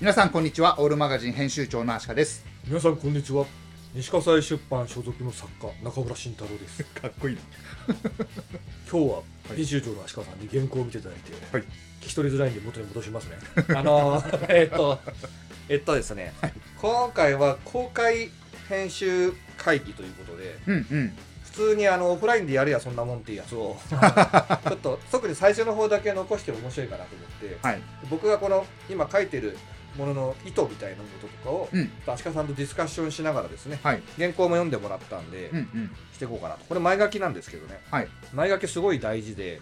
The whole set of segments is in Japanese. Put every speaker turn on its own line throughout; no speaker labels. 皆さんこんにちはオールマガジン編集長のアシカです
皆さんこんにちは西葛西出版所属の作家中村慎太郎です
かっこいい
今日は
はい
編集長の足利さんに原稿を見ていただいて、
はい
聞き取りづらいんで元に戻しますね
あのーえっとえっとですね、今回は公開編集会議ということで
うんうん
普通にあのオフラインでやるやそんなもんっていうや つをちょっと特に最初の方だけ残しても面白いかなと思って
はい
僕がこの今書いてるものの意図みたいなこととかを、
うん
足利さんとディスカッションしながらですね
はい
原稿も読んでもらったんで、
うんうん
していこうかなとこれ前書きなんですけどね
はい
前書きすごい大事で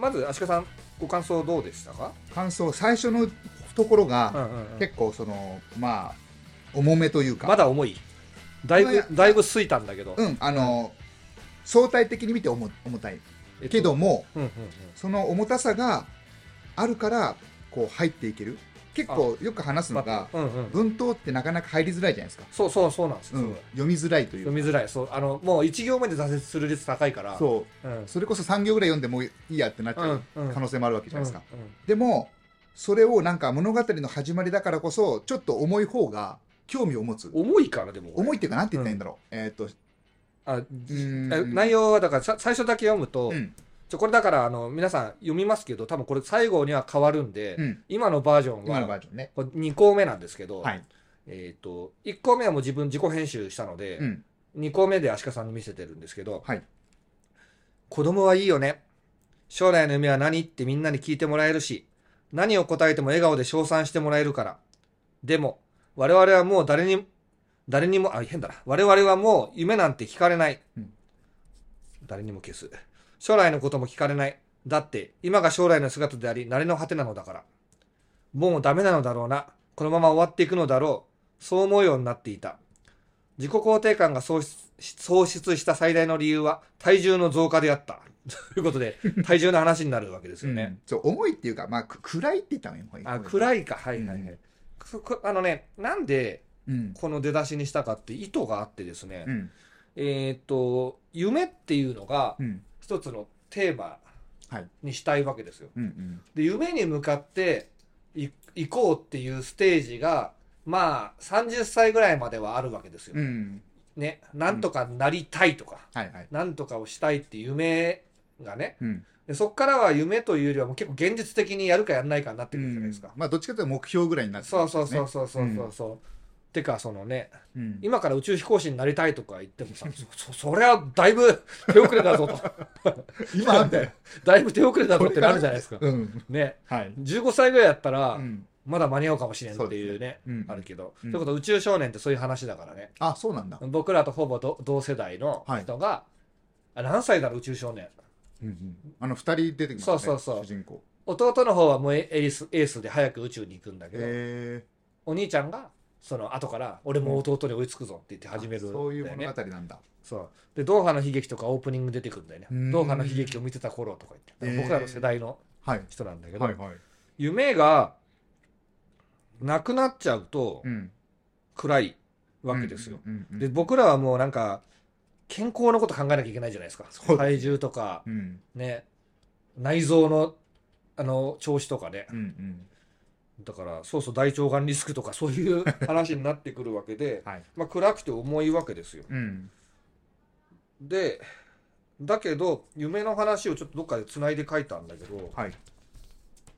まず足利さんご感想どうでしたか、
感想最初のところが、
うんうんうん
結構そのまあ重めというか
まだ重いだい
いや
ぶだいぶすいたんだけど、
うんあの、相対的に見て重重たい
えっと
けども、
うんうん
その重たさがあるからこう入っていける結構よく話す
うん
のが
うんうん
文頭ってなかなか入りづらいじゃないですか、
そうそうそうなんですよ、
うん、読みづらいとい
読
う
みづらいそうあのもう1行目で挫折する率高いから、
そう
ん、
それこそ3行ぐらい読んでもういいやってなっちゃう
うんうん
可能性もあるわけじゃないですか、
うんうん
でもそれをなんか物語の始まりだからこそちょっと重い方が興味を持つ
重いからでも
重い
い
っていうかなんて言ったらいいんだろう、えーっと
あ
ん
え内容はだからさ最初だけ読むと、
うん
ちょこれだからあの皆さん読みますけど多分これ最後には変わるんで、
うん
今のバージョン
今のバ
は
ージョンね
これ2項目なんですけど、
はい、
えっ、と1項目はもう自分自己編集したので、
うん、
2個目で足利さんに見せてるんですけど、
はい
子供はいいよね将来の夢は何ってみんなに聞いてもらえるし何を答えても笑顔で称賛してもらえるからでも我々はもう誰に誰にもあ変だな我々はもう夢なんて聞かれない、
うん
誰にも消す将来のことも聞かれないだって今が将来の姿であり慣れの果てなのだからもうダメなのだろうなこのまま終わっていくのだろうそう思うようになっていた自己肯定感が喪失喪失した最大の理由は体重の増加であった。 ということで、体重の話になるわけですよ
う
ね。
んそう重いっていうかまあく暗いって言ったのよ
あ、
い、
暗いか。はいはいはい。
うん
そこあのね、なんで
うん
この出だしにしたかって意図があってですね、
うん
えーっと、夢っていうのが
うん
一つのテーマ
はい
にしたいわけですよ。
うんうん
で、夢に向かってい行こうっていうステージが、まあ、30歳ぐらいまではあるわけですよ。
うん
ね、なんとかなりたいとか。
はいはい
なんとかをしたいっていう夢がね
うん
でそこからは夢というよりはもう結構現実的にやるかやらないかになってくるじゃないですか、
まあどっちかというと目標ぐらいになって
そうそうそう
そ
そうそうそうそう、てかそのね
う、うん、
今から宇宙飛行士になりたいとか言ってもさそそそりゃだいぶ 手遅れだぞと
今あん だよ、
だいぶ手遅れだぞってなるじゃないですか
うん、
ね
はい、
15歳ぐらいやった
う
ら
ん
まだ間に合うかもしれんっていうね
うん、
あるけど、
うん
ということは宇宙少年ってそういう話だからね
あそうなんだ、
僕らとほぼ同同世代の人が、あ何歳だろう宇宙少年
うんうん、あの二人出てきますね
そうそうそう
主人公
弟の方はもうエリスエースで早く宇宙に行くんだけど、
え
お兄ちゃんがその後から俺も弟に追いつくぞって言って
ー、
始めるんだ
あ
よ
そ
ね、
ういう物語なんだ
そうでドーハの悲劇とかオープニング出てくるんだよね
うん
ドーハの悲劇を見てた頃とか言っ
え
て
ー
僕らの世代の
はい
人なんだけど、
はいはい
夢がなくなっちゃうと
うん
暗いわけですよ、
うんうん
で僕らはもうなんか健康のこと考えなきゃいけないじゃないですか
そう
体重とか
うん
ね内臓のあの調子とかね
うんうん
だからそうそう大腸がんリスクとかそういう話になってくるわけで、
はい
まあ、暗くて重いわけですよ
うん
でだけど夢の話をちょっとどっかでつないで書いたんだけど、
はい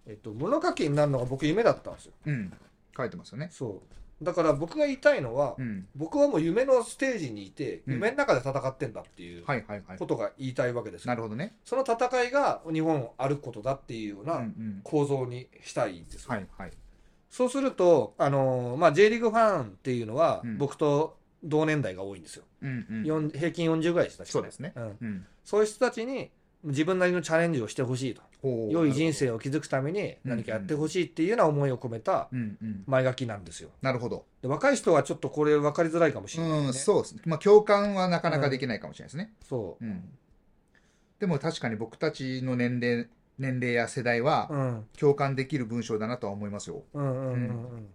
えっと、物書きになるのが僕夢だったんですよ
うん書いてますよね
そうだから僕が言いたいのは、
うん
僕はもう夢のステージにいて
うん
夢の中で戦ってんだっていう
はいはいはい
ことが言いたいわけですよ、
なるほどね
その戦いが日本を歩くことだっていうよう
う
なん構造にしたいんですよ、
はいはい
そうすると、あのーまあ、J リーグファンっていうのは、
うん
僕と同年代が多いんですよ。
うんうん
よん平均40ぐらいでしたし、
そうですね
ん。
うん
そういう人たちに自分なりのチャレンジをしてほしいと。
ほう
良い人生を築くために何かやってほしいっていうような思いを込めた
うんうん
前書きなんですよ。
なるほど
で若い人はちょっとこれ分かりづらいかもしれない、ね
うんそうですねまあ共感はなかなかできないかもしれないですね
そ
うんでも確かに僕たちの年齢年齢や世代は
う。うん。
共感できる文章だなとは思いますよ
うんうんうんうん。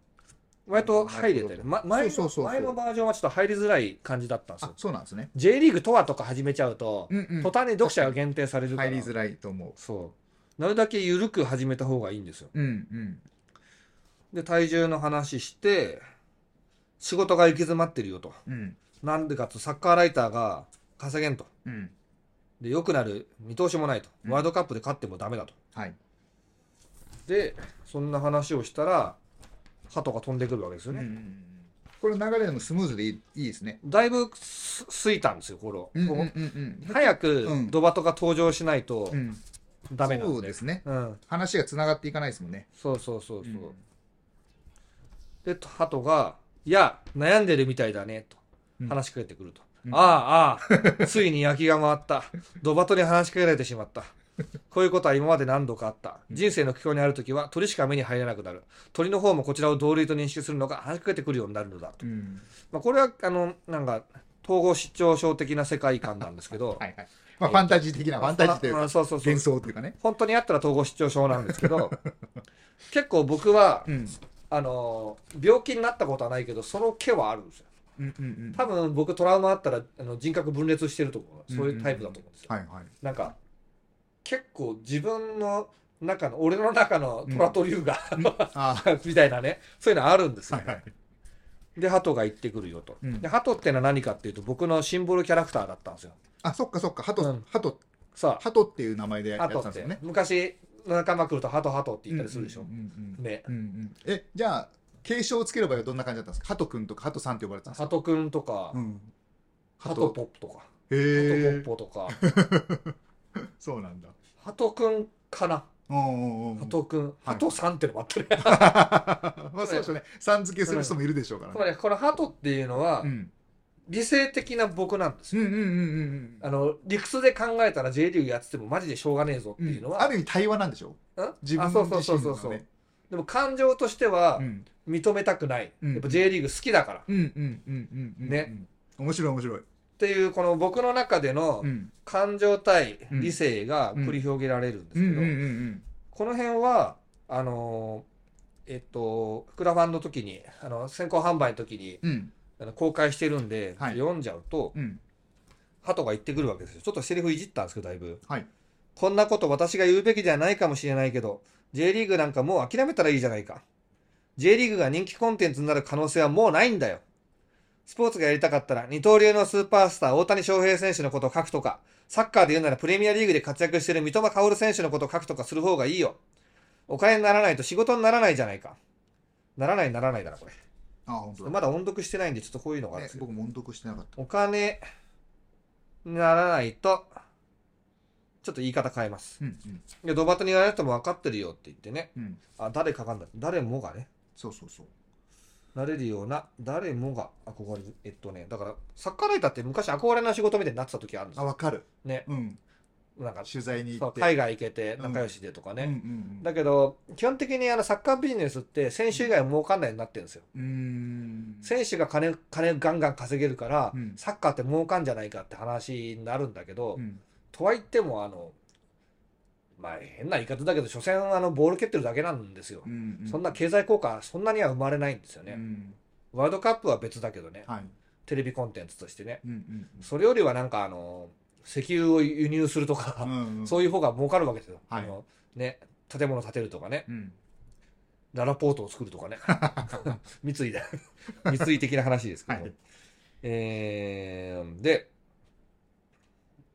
割と入れてる。ま、前の
そうそうそうそう
前のバージョンはちょっと入りづらい感じだったんです
あ
よ。
そうなんですね
J リーグとはとか始めちゃうと、
うんうん
途端に読者が限定されるから。
入りづらいと思
そう。なるだけ緩く始めた方がいいんですよ。
ううんうん
で、体重の話して、仕事が行き詰まってるよと。
うん
なんでかと、サッカーライターが稼げんと。
うん
で、良くなる見通しもないと。
うん
ワールドカップで勝ってもダメだと。
はい
で、そんな話をしたら、鳩が飛んでくるわけですよね。
これ流れもスムーズでいいいいですね
だいぶすすいたんですよ、これを。
うんうん
こ
うん
う早
う
く
ん
ドバトが登場しないと
うんうん
ダメなん
そう
で。
ですね
うん。
話がつながっていかないですもんね
そうそうそうそう。
うん
で、鳩が、いや、悩んでるみたいだね、と
うん
話しかけてくると。
うん
ああ、ああ、ついに焼きが回った。 ドバトに話しかけられてしまった。こういうことは今まで何度かあった。人生の苦境にあるときは鳥しか目に入らなくなる。鳥の方もこちらを同類と認識するのが話しかけてくるようになるのだと。
うん
まあ、これは、あの、なんか、統合失調症的な世界観なんですけど、
はいはいま あファンタジー的なファンタジーという
あ
か
そうそうそう
幻。想というかね
本当にあったら統合失調症なんです けど、結構僕は、
うん
あのー病気になったことはないけどその毛はあるんですよ
うんうんうん
多分僕トラウマあったらあの人格分裂してると思うそういうタイプだと思うんですよ、
はいはい
なんか結構自分の中の俺の中のトラと竜が、
あ
みたいなねそういうのあるんです
あ
よ、
はいはい
で鳩が行ってくるよと、
うん
で鳩ってのは何かっていうと僕のシンボルキャラクターだったんですよ
あそっかそっかハ
う
ト
ん
ハト
さ
ハトっていう名前でや
あ
って
鳩
たんで
っ
す
て、
よね
昔仲間来ると鳩鳩って言ったりするでしょ、
うんうんうん
ね
うんうんえじゃあ継承をつける場合はどんな感じだったんですかハトくんとかハトさんって呼ばれてたんですか
鳩くんとか、
うん
鳩ポップとか
へ
鳩
え
ポッポとか
そうなんだ
鳩くんかな
うんうんうん
鳩くん鳩さんってのもあったね
まあそうでしょうねさん付けする人もいるでしょうから
つ
ね
まりこの鳩っていうのは
うん
理性的な僕なんです
う
よ
んうんうんうん
あの理屈で考えたら J リーグやっててもマジでしょうがねえぞって
うん
いうの
あ
は
る意味対話なんでしょ
うん
自分
あ
自
そう
身
そうそうそ
の
うそ
ね
うでも感情としては
うん
認めたくない
うん
やっぱ J リーグ好きだからっ
うんうんうんうんうん
ね
面白い面白い
ていうこの僕の中での
うん
感情対
うん
理性が繰り広げられるん
うん
です
うんう
けど
ん
この辺はあのーえっとクラファンの時にあの先行販売の時に
うん
あの公開してるんで、
はい
読んじゃうと
うん
鳩が言ってくるわけですよちょっとセリフいじったんですけどだいぶ、
はい
こんなこと私が言うべきではないかもしれないけど J リーグなんかもう諦めたらいいじゃないか J リーグが人気コンテンツになる可能性はもうないんだよスポーツがやりたかったら二刀流のスーパースター大谷翔平選手のことを書くとかサッカーで言うならプレミアリーグで活躍している三笘薫選手のことを書くとかする方がいいよお金にならないと仕事にならないじゃないかならないならないだなこれ
あ本当だ
まだ音読してないんでちょっとこういうのがある
ね
んですけど
僕も音読してなかっ
お金にならないと、ちょっと言い方変えます。
たうんうん
いや、ドバトにやられても分かってるよって言ってね。
うん
あ、誰かかんだ。誰もがね、
そうそうそう
なれるような、誰もが憧れる。えっとね、だから、サッカーライターって昔憧れの仕事みたいになってた時あるんです
あ
よ。
わかる
ね。
うん
なんか、
取材に
そ
行
う
って
海外行けて仲良しでとかね。
うんうん
だけど、基本的にあのサッカービジネスって選手以外は儲かんないようになってるんですよ。
うんうん
選手が金、金ガンガン稼げるから、
うん
サッカーって儲かんじゃないかって話になるんだけど、
うん
とは言ってもあのまあ変な言い方だけど所詮あのボール蹴ってるだけなんですよ
う、んうん
そんな経済効果そんなには生まれないんですよね、
うん
ワールドカップは別だけどね
はい
テレビコンテンツとしてね
うんうん
それよりはなんかあの石油を輸入するとか、
うんうん
そういう方が儲かるわけですよ、
はい
あのね建物建てるとかね
うん
ララポートを作ると かね三井だ三井的な話ですけど、
はい
えーで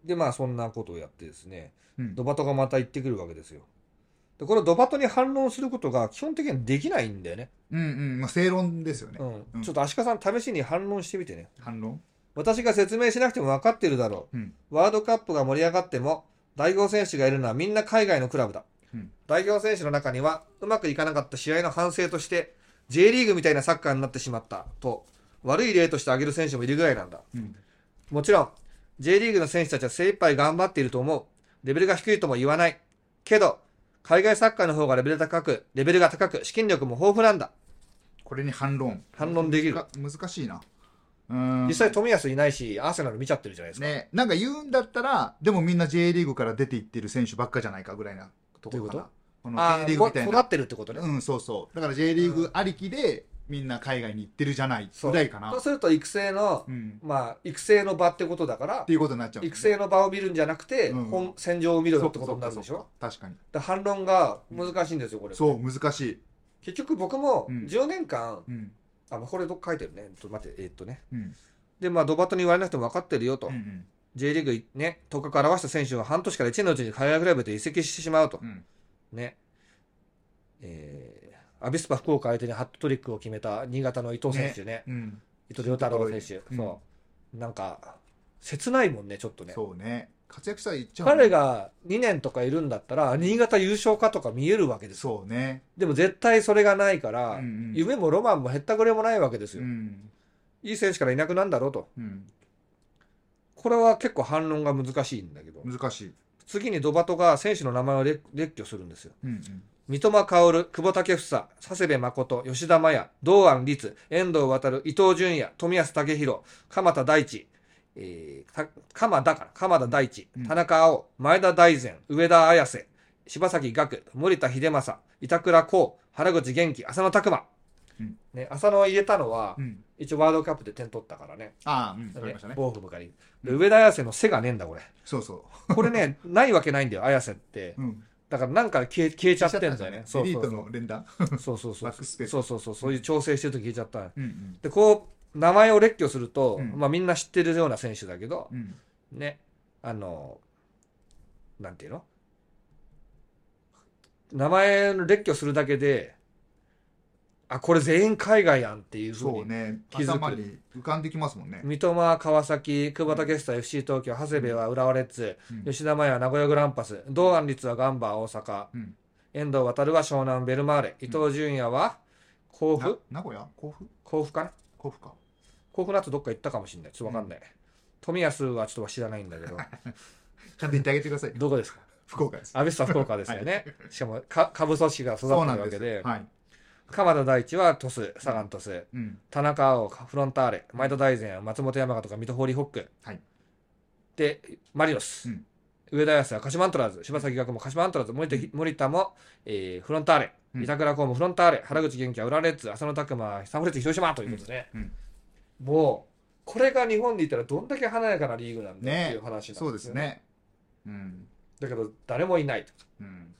でまあそんなことをやってですね
うん
ドバトがまた行ってくるわけですよ。で、このドバトに反論することが基本的にできないんだよね。
うんうんまあ正論ですよね
うん。
うん
ちょっと足利さん試しに反論してみてね。
反論
私が説明しなくても分かってるだろう。
うん
ワールドカップが盛り上がっても、代表選手がいるのはみんな海外のクラブだ。
うん
代表選手の中には、うまくいかなかった試合の反省として、J リーグみたいなサッカーになってしまったと、悪い例として挙げる選手もいるぐらいなんだ。
うん
もちろん、J リーグの選手たちは精一杯頑張っていると思う。レベルが低いとも言わない。けど、海外サッカーの方がレベル高く、レベルが高く、資金力も豊富なんだ。
これに反論
反論できる
が。難しいなうん
実際、富安いないし、アーセナル見ちゃってるじゃないですか。
ねなんか言うんだったらでもみんな J リーグから出ていってる選手ばっかじゃないかぐらいなところかなこ
どあ
の
あ、
J リーグみたい
育
な
ってるってことね。
うんそうそうだから J リーグありきでみんな海外に行ってるじゃない
そう
ぐらいかな
そうすると、育成の
う、ん
まあ、育成の場ってことだから
って、いうことになっちゃうん
育
ですね
成の場を見るんじゃなくて、
うん
本戦場を見ろよ
そ
っ
う
て
か
ことになるでし
そう
ょ
か。確かに
だから反論が難しいんですよ、これ。
そう難しい
結局僕も
うん
10年間、
うん
あまあこれどっか書いてるねちょっと待ってえーっとね
うん
でまあドバットに言われなくても分かってるよと、
うん
J リーグね頭角を現した選手は半年から1年のうちに海外クラブへ移籍してしまうと、
うん
ねえーアビスパ福岡相手にハットトリックを決めた新潟の伊藤選手ね
うん
伊藤亮太郎選手、
うん
そうなんか切ないもんねちょっとね
そうね活躍したらいっちゃうもんね
彼が2年とかいるんだったら新潟優勝かとか見えるわけですよ
そうね
でも絶対それがないか
う
ら、
んうん
夢もロマンもへったくれもないわけです
う
よ、
ん
いい選手からいなくなんだろうと
うん
これは結構反論が難しいんだけど、
難しい
次にドバトが選手の名前を列列挙するんですよ
うんうん
三笘薫、久保建英、佐世保誠、吉田麻也、堂安律、遠藤航、伊東純也、冨安健洋、鎌田大地、えー、た鎌田から、鎌田大地、
うん
田中碧、前田大然、上田綾瀬、柴崎岳、森田秀正、板倉滉、原口元気、浅野拓磨。
うん
ね、浅野を入れたのは、
うん
一応ワールドカップで点取ったからね。
ああうんわかりましたね
ボーフムからいいで上田綾瀬の背がねえんだ、これ。
そうそ
これね、ないわけないんだよ、綾瀬って
う。うん
だからなんか消え消えちゃってんだよね。そう
エリ
そ
ー
うそ
ト
う
の連打
そうそうそう。
バックスペース
そうそうそう。そういう調整してると聞いちゃった。
うんうん
で、こう、名前を列挙すると、
うん
まあみんな知ってるような選手だけど、
うん
ね、あの、なんていうの名前を列挙するだけで、あ、これ全員海外やんっていうふう
そう
に。
ね
気づく
頭に浮かんできますもんね
三笘、川崎、久保建英 FC 東京、長谷部は浦和レッズ、
うん
吉田麻也は名古屋グランパス、堂安律はガンバ大阪、
うん
遠藤航は湘南ベルマーレ、伊東純也は甲府、
な名古屋甲府
甲府かな
甲府か
甲府の後どっか行ったかもしれない。ちょっとわかんない。富安はちょっと知らないんだけど、
ちゃんと言ってあげてください
どこですか
福岡です
アビスパ福岡ですよね。しかもか、株組織が育ってる
そうなん
わ
で
け
す
で、
はい
鎌田大地は鳥栖、サガン鳥栖、
うん
田中碧、フロンターレ、前田大然、松本山雅とか水戸ホーリーホック、
はい
で、マリノス、
うん
上田康は鹿島アントラーズ、柴崎学も鹿島アントラーズ、森田,、森田も、えーフロンターレ、
うん
板倉公もフロンターレ、原口元気は浦和レッズ、浅野拓磨、サンフレッチェ広島ということでね、
うんうん
もう、これが日本でいたらどんだけ華やかなリーグなんだっていう話なんですよ
そうです。ねうん
だけど、誰もいないと。
うん
うん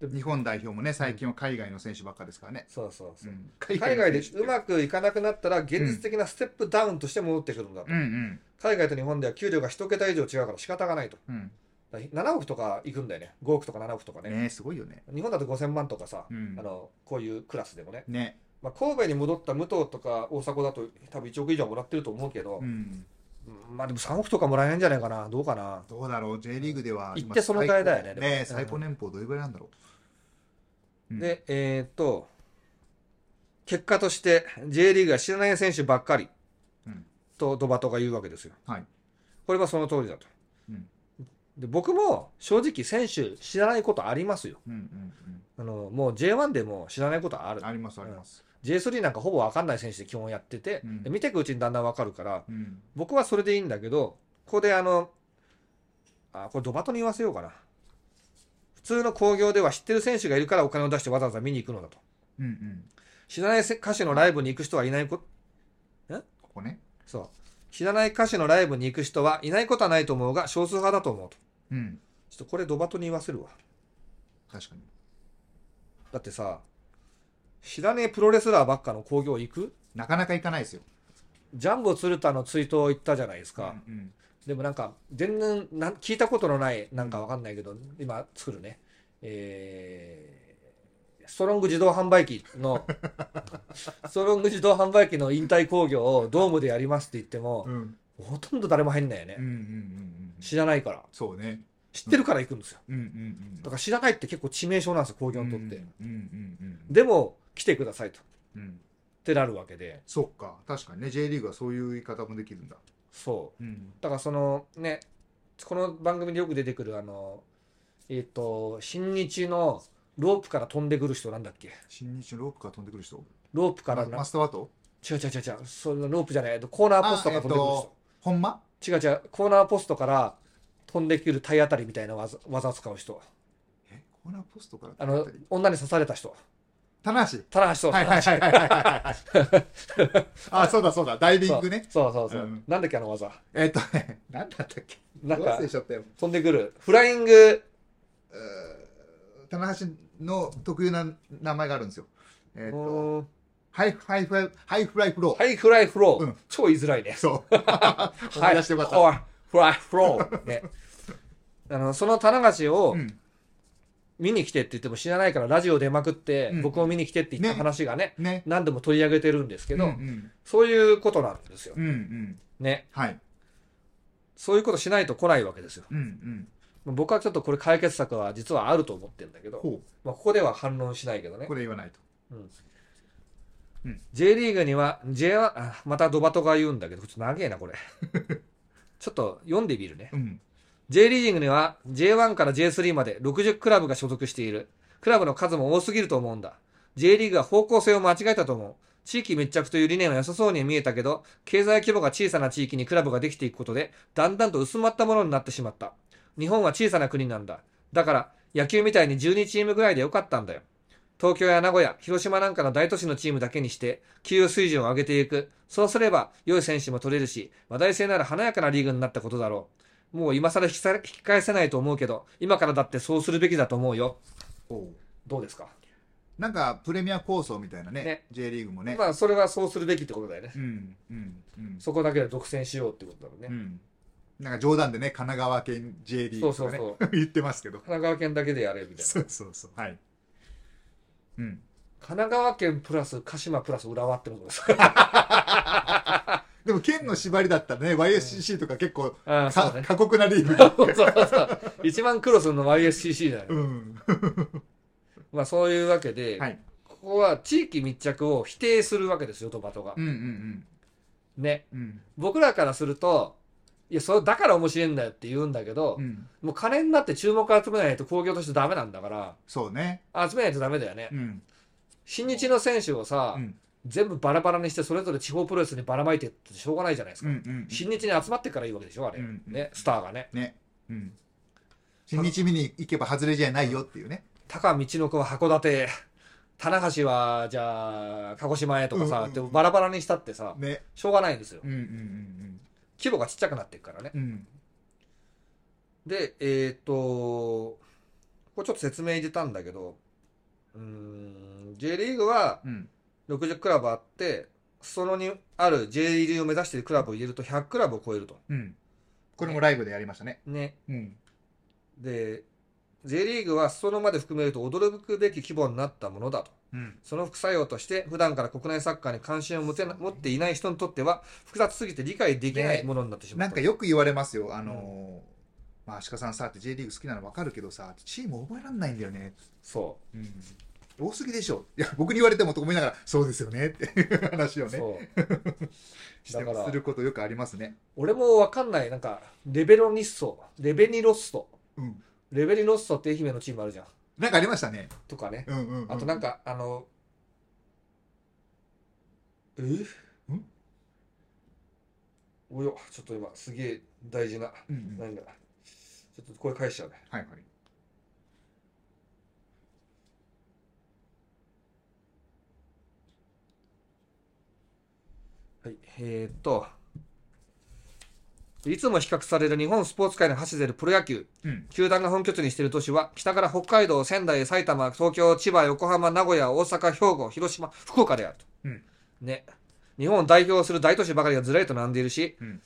日本代表もね最近は海外の選手ばっかですからね
そうそうそう。
うん
海外で
の選手
うまくいかなくなったら現実的なステップダウンとして戻ってくるんだと、
うんうん
海外と日本では給料が1桁以上違うから仕方がないと
うん
だから7億とか行くんだよね5億とか7億とかね
ねすごいよね
日本だと5000万とかさ、
うん
あのこういうクラスでもね、
ね
まあ、神戸に戻った武藤とか大迫だと多分1億以上もらってると思うけど
う、ん
うんまあでも3億とかもらえないんじゃないかなどうかな
どうだろう J リーグでは
行ってその替えだよね
今最高
でも
ね最高年俸どれぐらいなんだろううん
で、えーっと、結果として J リーグが知らない選手ばっかり
うん
とドバトが言うわけですよ。
はい
これはその通りだと。
うん
で僕も正直選手知らないことありますよ。
うんうんうん
あのもう J1 でも知らないことある。
ありますあります。
J3 なんかほぼ分かんない選手で基本やってて、
うん
で見ていくうちにだんだん分かるから、
うん。
僕はそれでいいんだけど、ここであの、あ、これドバトに言わせようかな。普通の興行では知ってる選手がいるからお金を出してわざわざ見に行くのだと。
うんうん。
知らない歌手のライブに行く人はいないこ
ここね。
そう知らない歌手のライブに行く人はいないことはないと思うが少数派だと思うと
うん。
ちょっとこれドバトに言わせるわ
確かに。
だってさ知らねえプロレスラーばっかの興行行く
なかなか行かないですよ。
ジャンボ鶴田の追悼行ったじゃないです
う
か、
ん
でもなんか全然なん聞いたことのないなんかわかんないけど今作るねえーストロング自動販売機 のストロング自動販売機の引退興行をドームでやりますって言っても
うん。うん
ほとんど誰も入んないよね、
うんうんうんうん。
知らないから
そうね。
知ってるから行くんですよ
うんうんうん。
だから知らないって結構致命傷なんですよ興行にとって、
うんうんうん。
でも来てくださいとっ
うん。
てなるわけで
そっか。確かにね。J リーグはそういう言い方もできるんだ。
そ
うん
う。だからそのねこの番組でよく出てくるあのえっ、と新日のロープから飛んでくる人なんだっけ
新日のロープから飛んでくる人
ロープから
マ
な、
マスターワト
違う違う違う違うそのロープじゃないえっとコーナーポストから飛んでくる人、
ほんま
違う違うコーナーポストから飛んでくる体当たりみたいな技技を使う人
えコーナーポストから
あの女に刺された人
棚橋
棚橋そう
はいはいはいはいはいはい。 あ、そうだそうだ。ダイビングね。
そうそうそう、
うん
なんだっけあの技
えっとね。なんだったっけ
なん
忘
か
れちゃったよ。
飛んでくるフライング
棚橋の特有な名前があるんですよ。えーっと、
おー
ハイフ、ハイフライ、ハイフライフロー。
ハイフライフロー、
うん
超言いづらいね。
そう。思い出してよかった。
ハイフライフロー。ね。あの、その棚橋を
うん。
見に来てって言っても知らないから、ラジオ出まくって、
うん
僕を見に来てって言った
ね
話がね、
ね。
何度も取り上げてるんですけど、
うんうん。
そういうことなんですよ
う。んうん。
ね。
はい。
そういうことしないと来ないわけですよ。
うんうん。
僕はちょっとこれ解決策は実はあると思ってるんだけど、
ほ
まあ、ここでは反論しないけど
う。
ね
こ。れ言わないと。
J リーグには J1 あまたドバトが言うんだけどちょっと長えな これちょっと読んでみるね
うん。
J リーグには J1 から J3 まで60クラブが所属しているクラブの数も多すぎると思うんだ J リーグは方向性を間違えたと思う地域密着という理念は良さそうに見えたけど経済規模が小さな地域にクラブができていくことでだんだんと薄まったものになってしまった日本は小さな国なんだだから野球みたいに12チームぐらいでよかったんだよ東京や名古屋、広島なんかの大都市のチームだけにして、給与水準を上げていく。そうすれば、良い選手も取れるし、話題性のある華やかなリーグになったことだろう。もう今更引きさ引き返せないと思うけど、今からだってそうするべきだと思うよ。
ほう。
どうですか、
なんか、プレミア構想みたいなね。
ね
J リーグもね。
まあ、それはそうするべきってことだよね。
うん。うん。うん。
そこだけで独占しようってことだろう
う
ね。
ん。なんか冗談でね、神奈川県 J リーグとかね
そうそう
言ってますけど。
神奈川県だけでやれみたいな。
そうそうそう。はい。うん。
神奈川県プラス鹿島プラス浦和ってことですか
でも県の縛りだったらね、YSCC とか結構
ああ、そう
か
だね。
過酷なリーグ
そうそうそう。一番苦労するの YSCC だよね。
うん。
まあ、そういうわけで、
はい。
ここは地域密着を否定するわけですよ、ドバトが
う。んうん
ね。
うん。うん。
僕らからすると、いや、それだから面白いんだよって言うんだけど、
うん。
もう金になって注目集めないと興行としてダメなんだから、
そうね。
集めないとダメだよね。
うん。
新日の選手をさ、
うん。
全部バラバラにして、それぞれ地方プロレスにばらまいてってしょうがないじゃないです
うん
か。
うん。
新日に集まってからいいわけでしょ、あれ。
うんうん
ね、スターがね。
ね。うん。新日見に行けば外れじゃないよっていうね。
高道の子は函館、棚橋は、じゃあ、鹿児島へとかさ、
うんうん
でもバラバラにしたってさ、
ね。
しょうがないんですよ。
うんうん
規模がちっちゃくなっていくからね。
うんうん。うん。
で、えーっと、これちょっと説明入れたんだけど、うーん、J リーグは
うん。
60クラブあって、そのにある J リーグを目指しているクラブを入れると100クラブを超えると。
うん。これもライブでやりましたね。
ね。
うん。
で、J リーグは裾野まで含めると驚くべき規模になったものだと。
うん。
その副作用として、普段から国内サッカーに関心を持てな持っていない人にとっては、複雑すぎて理解できない
ね
ものになってしま
な
っ
ん
た
か
と。
よく言われますよ。あのー、まあ、鹿さんさ、って J リーグ好きなの分かるけどさ、チーム覚えらんないんだよね。
そ
うん。多すぎでしょ。いや、僕に言われてもと思いながら、そうですよねっていう話を
う。
ね、
そう。
して
だから
することよくありますね。
俺もわかんない。なんか、レベロニッソ、レベニロスト。
うん。
レベリロッソって愛媛のチームあるじゃん。
なんかありましたね。
とかね。
うんうん、うん。
あとなん、か、あの、え
ん
およ、ちょっと今、すげえ大事な、
うんうん、はい
何だ。ちょっと声返しちゃうね。
はい。
はい。えー、っと、いつも比較される日本スポーツ界の走れるプロ野球。
うん。
球団が本拠地にしている都市は、北から北海道、仙台、埼玉、東京、千葉、横浜、名古屋、大阪、兵庫、広島、福岡であると。
うん
ね。日本を代表する大都市ばかりがずらりと並んでいるし、
うん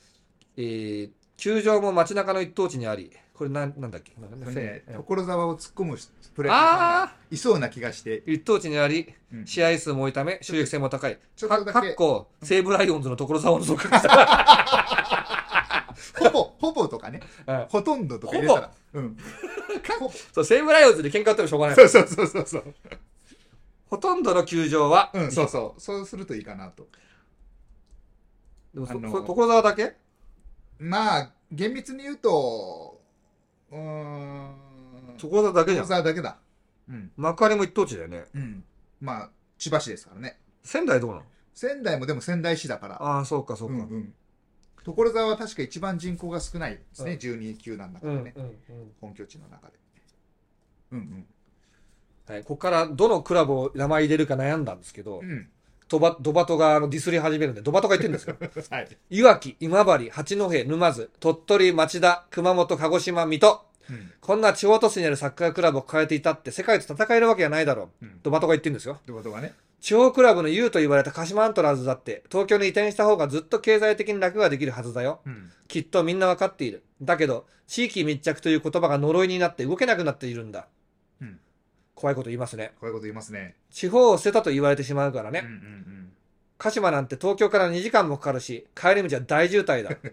えー球場も街中の一等地にあり、これなんなんだっけなんだっけ
ね
う、ん
所沢を突っ込むプレーヤーがいそうな気がして、
一等地にあり、
うん
試合数も多いため、収益性も高い。
ちょっ
か
とだけ
かっこ、西武ライオンズの所沢の属 下した。
ほぼ、ほぼとかね、
うん
ほとんどとか入れたら、 うん。ほぼ
そう、西武ライオンズで喧嘩売ってもしょうがない
そ。うそうそうそうそう。
ほとんどの球場は、
うん、そうそう。そうするといいかなと。
でもそ
あの
そ所沢だけ
まあ、厳密に言うと、うーん、
所沢だけじゃ
所
ん。
沢だけだ。うん。
幕張も一等地だよね。
うん。まあ、千葉市ですからね。
仙台どうなの
仙台もでも仙台市だから。
ああ、そうか、そう
う
か。
んうん。所沢は確か一番人口が少ないですね。
うん
12球団だか
う
ら
ん、
ね。
うん、うん。
本拠地の中で。うん
はい、ここからどのクラブを名前入れるか悩んだんですけど
う、ん。うん。
ドバドバトがあのディスり始めるんで、ドバトが言ってるんですよ。
はい。
いわき、今治、八戸、沼津、鳥取、町田、熊本、鹿児島、水戸。
うん
こんな地方都市にあるサッカークラブを抱えていたって世界と戦えるわけがないだろう
うん。
とバトが言ってるんですよ。
ってことはね。
地方クラブの優と言われた鹿島アントラーズだって、東京に移転した方がずっと経済的に楽ができるはずだよ。
うん。
きっとみんなわかっている。だけど、地域密着という言葉が呪いになって動けなくなっているんだ。
うん
怖いこと言いますね。
こういうこと言いますね。
地方を捨てたと言われてしまうから
うん
ね。
うん
鹿島なんて東京から2時間もかかるし、帰り道は大渋滞だ。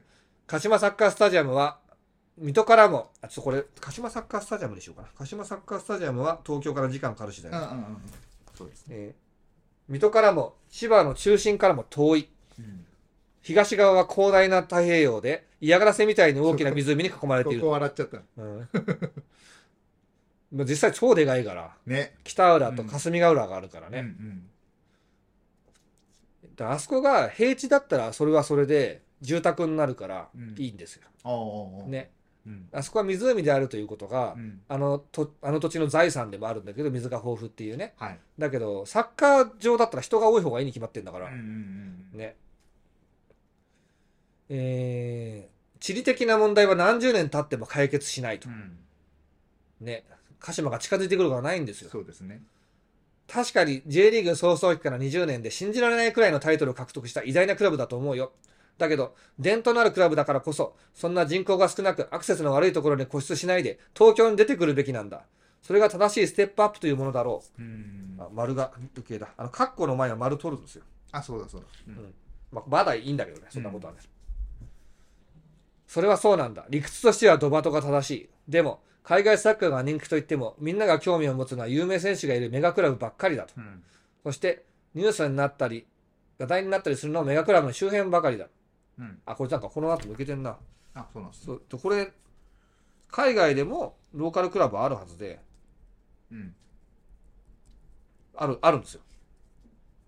鹿島サッカースタジアムは、水戸からも、あ、ちょっとこれ、鹿島サッカースタジアムにしようかな。鹿島サッカースタジアムは東京から2時間かかるしだ
う
よ
ん。
ね、
あうんうん。そうですね。
えー水戸からも、千葉の中心からも遠い。
うん。
東側は広大な太平洋で、嫌がらせみたいに大きな湖に囲まれてい
こ
る
こ。笑っちゃった。
うん、 まあ実際超でかいから
ね。
北浦と霞ヶ浦があるから
うんう
ね、
ん。
だからあそこが平地だったらそれはそれで住宅になるから
うん
いいんですよ、
ああ。。
ね
うん。
あそこは湖であるということが、
うん。
あのとあの土地の財産でもあるんだけど水が豊富っていうね
はい。
だけどサッカー場だったら人が多い方がいいに決まってんだか
う
ら、
んうんうん。
ねえー地理的な問題は何十年経っても解決しないと、
うん。
ね鹿島が近づいてくることはないんですよ
そうですね。
確かに J リーグ創創期から20年で信じられないくらいのタイトルを獲得した偉大なクラブだと思うよ。だけど、伝統のあるクラブだからこそ、そんな人口が少なくアクセスの悪いところに固執しないで、東京に出てくるべきなんだ。それが正しいステップアップというものだろ
う
う。
ん。
あ丸が、時計だ。あの、カッコの前は丸取るんですよ。
あ、そうだそうだ。うん
うんまあ、まだいいんだけどね、そんなことはね。それはそうなんだ。理屈としてはドバトが正しい。でも、海外サッカーが人気といっても、みんなが興味を持つのは有名選手がいるメガクラブばっかりだと。
うん。
そして、ニュースになったり、話題になったりするのはメガクラブの周辺ばかりだ。
うん。
あ、これなんかこの後抜けてんな。
あ、そうなんです。
そう、とこれ、海外でもローカルクラブはあるはずで、
うん。
ある、あるんですよ。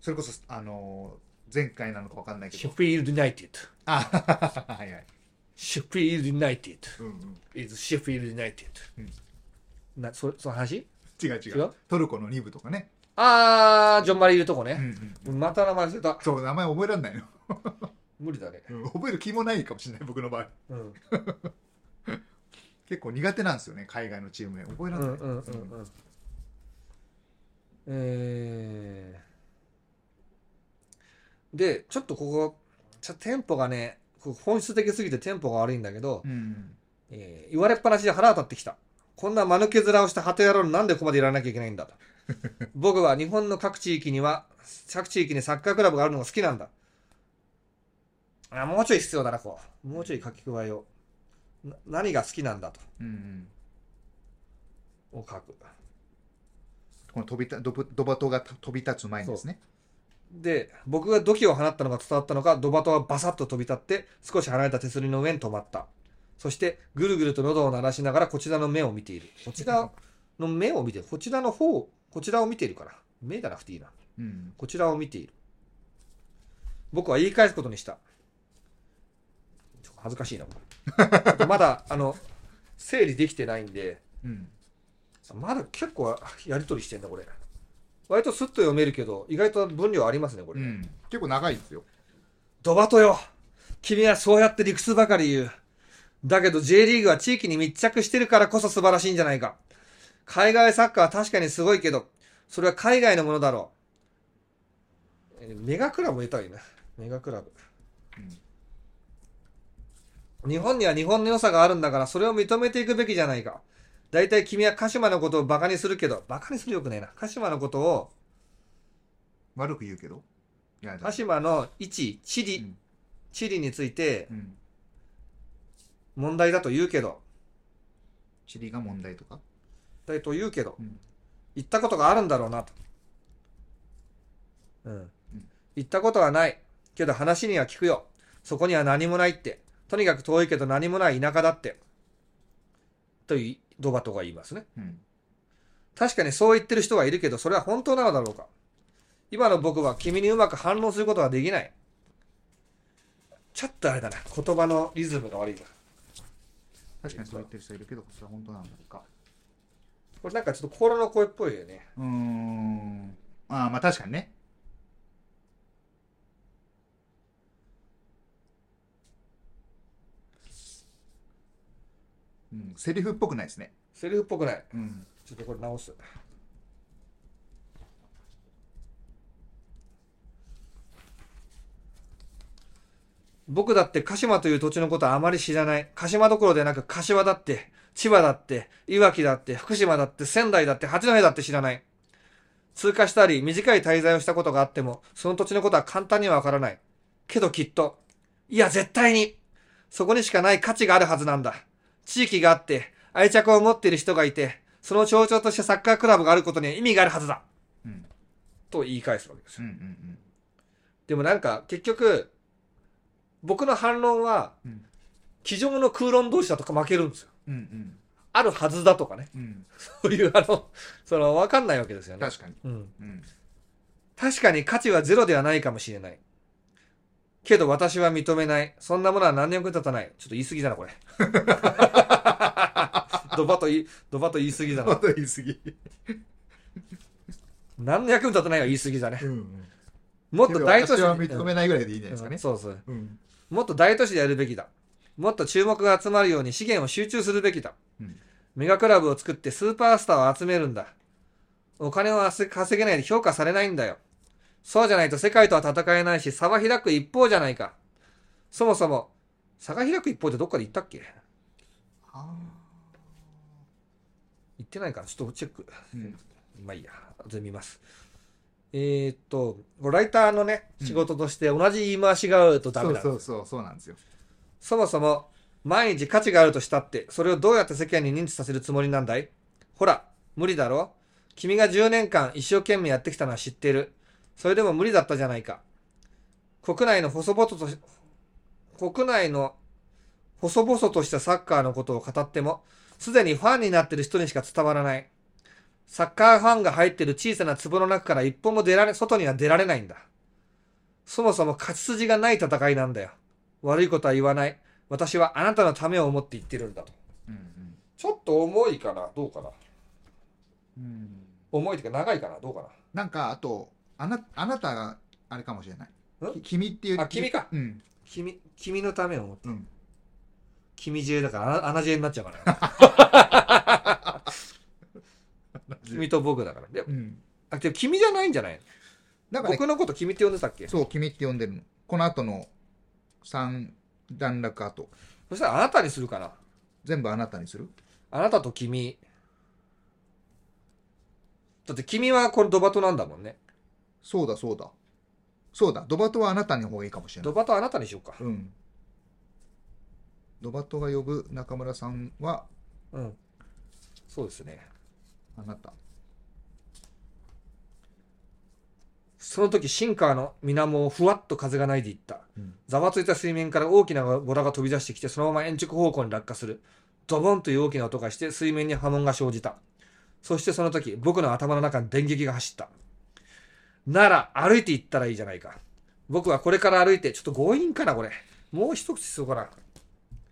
それこそ、あのー、前回なのかわかんないけ
シュ
ど。
フィールド・ユナイテッド。
あ、 はいはい。
シュフィールド・ユナイテ
う
ッ
んうん。
ド。is シュフィールド・ユナイテッド。な、そ、その話
違う違
違
う
う。
トルコの2部とかね。
あー、ジョン・マリいるとこ
うんう
ね。
ん。
また名前忘れた。
そう、名前覚えらんないの。
無理だね。
うん覚える気もないかもしれない、僕の場合。
うん。
結構苦手なんですよね、海外のチームね。覚えらん
う
なんい。
うんうんうん。えー、で、ちょっとここ、ちょテンポがね、ここ本質的すぎてテンポが悪いんだけど、
うん。
えー言われっぱなしで腹が立ってきた。こんな間抜け面をした鳩野郎になんでここまでいらなきゃいけないんだと。僕は日本の各地域には、各地域にサッカークラブがあるのが好きなんだ。あもうちょい必要だな、こう。もうちょい書き加えを。な何が好きなんだと。
うんうん。
を書く。
この飛びたドブドバトが飛び立つ前にですね。
で、僕が土器を放ったのが伝わったのか、ドバトはバサッと飛び立って、少し離れた手すりの上に止まった。そして、ぐるぐると喉を鳴らしながら、こちらの目を見ている。こちらの目を見てる。こちらの方を、こちらを見ているから。目じゃなくていいな。
うん。
こちらを見ている。僕は言い返すことにした。ちょっと恥ずかしいな、これまだ、あの、整理できてないんで、
うん。
まだ結構やりとりしてんだ、これ。割とスッと読めるけど、意外と分量ありますね、これ。
うん。結構長いですよ。
ドバトよ君はそうやって理屈ばかり言う。だけど J リーグは地域に密着してるからこそ素晴らしいんじゃないか。海外サッカーは確かにすごいけど、それは海外のものだろう。えーメガクラブ入れたらいいな。メガクラブ。日本には日本の良さがあるんだから、それを認めていくべきじゃないか。だいたい君は鹿島のことをバカにするけど、バカにするよくねえな。鹿島のことを、
悪く言うけど。いや、
鹿島の位置、地
う
理
ん、
地理について
うん。
問題だと言うけど、
地理が問題とか。
だと言うけど、
うん
行ったことがあるんだろうなと。うん。行ったことはない。けど話には聞くよ。そこには何もないって。とにかく遠いけど何もない田舎だって。というドバトが言いますね。
うん。
確かにそう言ってる人はいるけど、それは本当なのだろうか。今の僕は君にうまく反論することができない。ちょっとあれだな。言葉のリズムが悪いな。
確かにそう言ってる人いるけど、それは本当なんだろうか。
これなんかちょっと心の声っぽいよね。
うーん。ああ、まあ確かにね。うん、セリフっぽくないですね。
セリフっぽくない
うん、
ちょっとこれ直す僕だって鹿島という土地のことはあまり知らない鹿島どころでなく柏だって千葉だっていわきだって福島だって仙台だって八戸だって知らない通過したり短い滞在をしたことがあってもその土地のことは簡単にはわからないけどきっといや絶対にそこにしかない価値があるはずなんだ地域があって、愛着を持っている人がいて、その象徴としてサッカークラブがあることには意味があるはずだ
うん、
と言い返すわけです
うん、
よ。
うん、
でもなんか、結局、僕の反論は
うん、
机上の空論同士だとか負けるんですよ。
うん、うん、
あるはずだとかね。
うん、
そういう、あの、その、わかんないわけですよね。
確かに。
うん。
うん、
確かに価値はゼロではないかもしれない。けど私は認めない。そんなものは何年も経たない。ちょっと言い過ぎだ な、これ。ドバと言い、ドバと言い過ぎだな
ま。た言い過ぎ。
何の役に立たないは言い過ぎだね。
うん、うん。
もっ
け
と
ど
大都
私
市
は認めないぐらいでいいんじゃないですか
うん
ね。
そうそう。
うん、
もっと大都市でやるべきだ。もっと注目が集まるように資源を集中するべきだ。
うん
メガクラブを作ってスーパースターを集めるんだ。お金を稼げないで評価されないんだよ。そうじゃないと世界とは戦えないし、差は開く一方じゃないか。そもそも、差が開く一方ってどっかで言ったっけ
あ
言ってないかなちょっとチェック。
ーうん、
まあいいや、後で見ます。えー、っと、これライターのね、
うん
仕事として同じ言い回しがあるとダメ
そ
だ
う、そうそう、そうなんですよ。
そもそも、毎日価値があるとしたって、それをどうやって世間に認知させるつもりなんだいほら、無理だろ君が10年間一生懸命やってきたのは知ってる。それでも無理だったじゃないか。国内の細々とし、国内の細々としたサッカーのことを語っても、すでにファンになってる人にしか伝わらない。サッカーファンが入ってる小さな壺の中から一歩も出られ、外には出られないんだ。そもそも勝ち筋がない戦いなんだよ。悪いことは言わない。私はあなたのためを思って言ってるんだと。
うん、うん、
ちょっと重いかなどうかな
うん。
重いというか長いかなどうか
なんか、あと、あな、あなたが、あれかもしれない
ん。
き君っていう。
あ君か
うん、
君、君のためを思って。
うん。
君中だから、あ穴中になっちゃうから。 君と僕だから。で
うん。
あ、でも君じゃないんじゃない
だからね、
僕のこと君って呼んでたっけそ
そう、君って呼んでるの。この後の三段落後、
したらあなたにするかな
全部あなたにする
あなたと君。だって君はこれドバトなんだもんね。
そうだ、そうだ。そうだ、ドバトはあなたの方がいいかもしれな
ド
い。
バトあなたにしようか。
うん。ドバトが呼ぶ中村さんは、
うん。そうですね。
あなた。
その時シンカーの水面をふわっと風がないでいった
うん
ざわついた水面から大きなボラが飛び出してきてそのまま円直方向に落下するドボンという大きな音がして水面に波紋が生じたそしてその時僕の頭の中に電撃が走ったなら歩いて行ったらいいじゃないか僕はこれから歩いてちょっと強引かなこれもう一口しようかな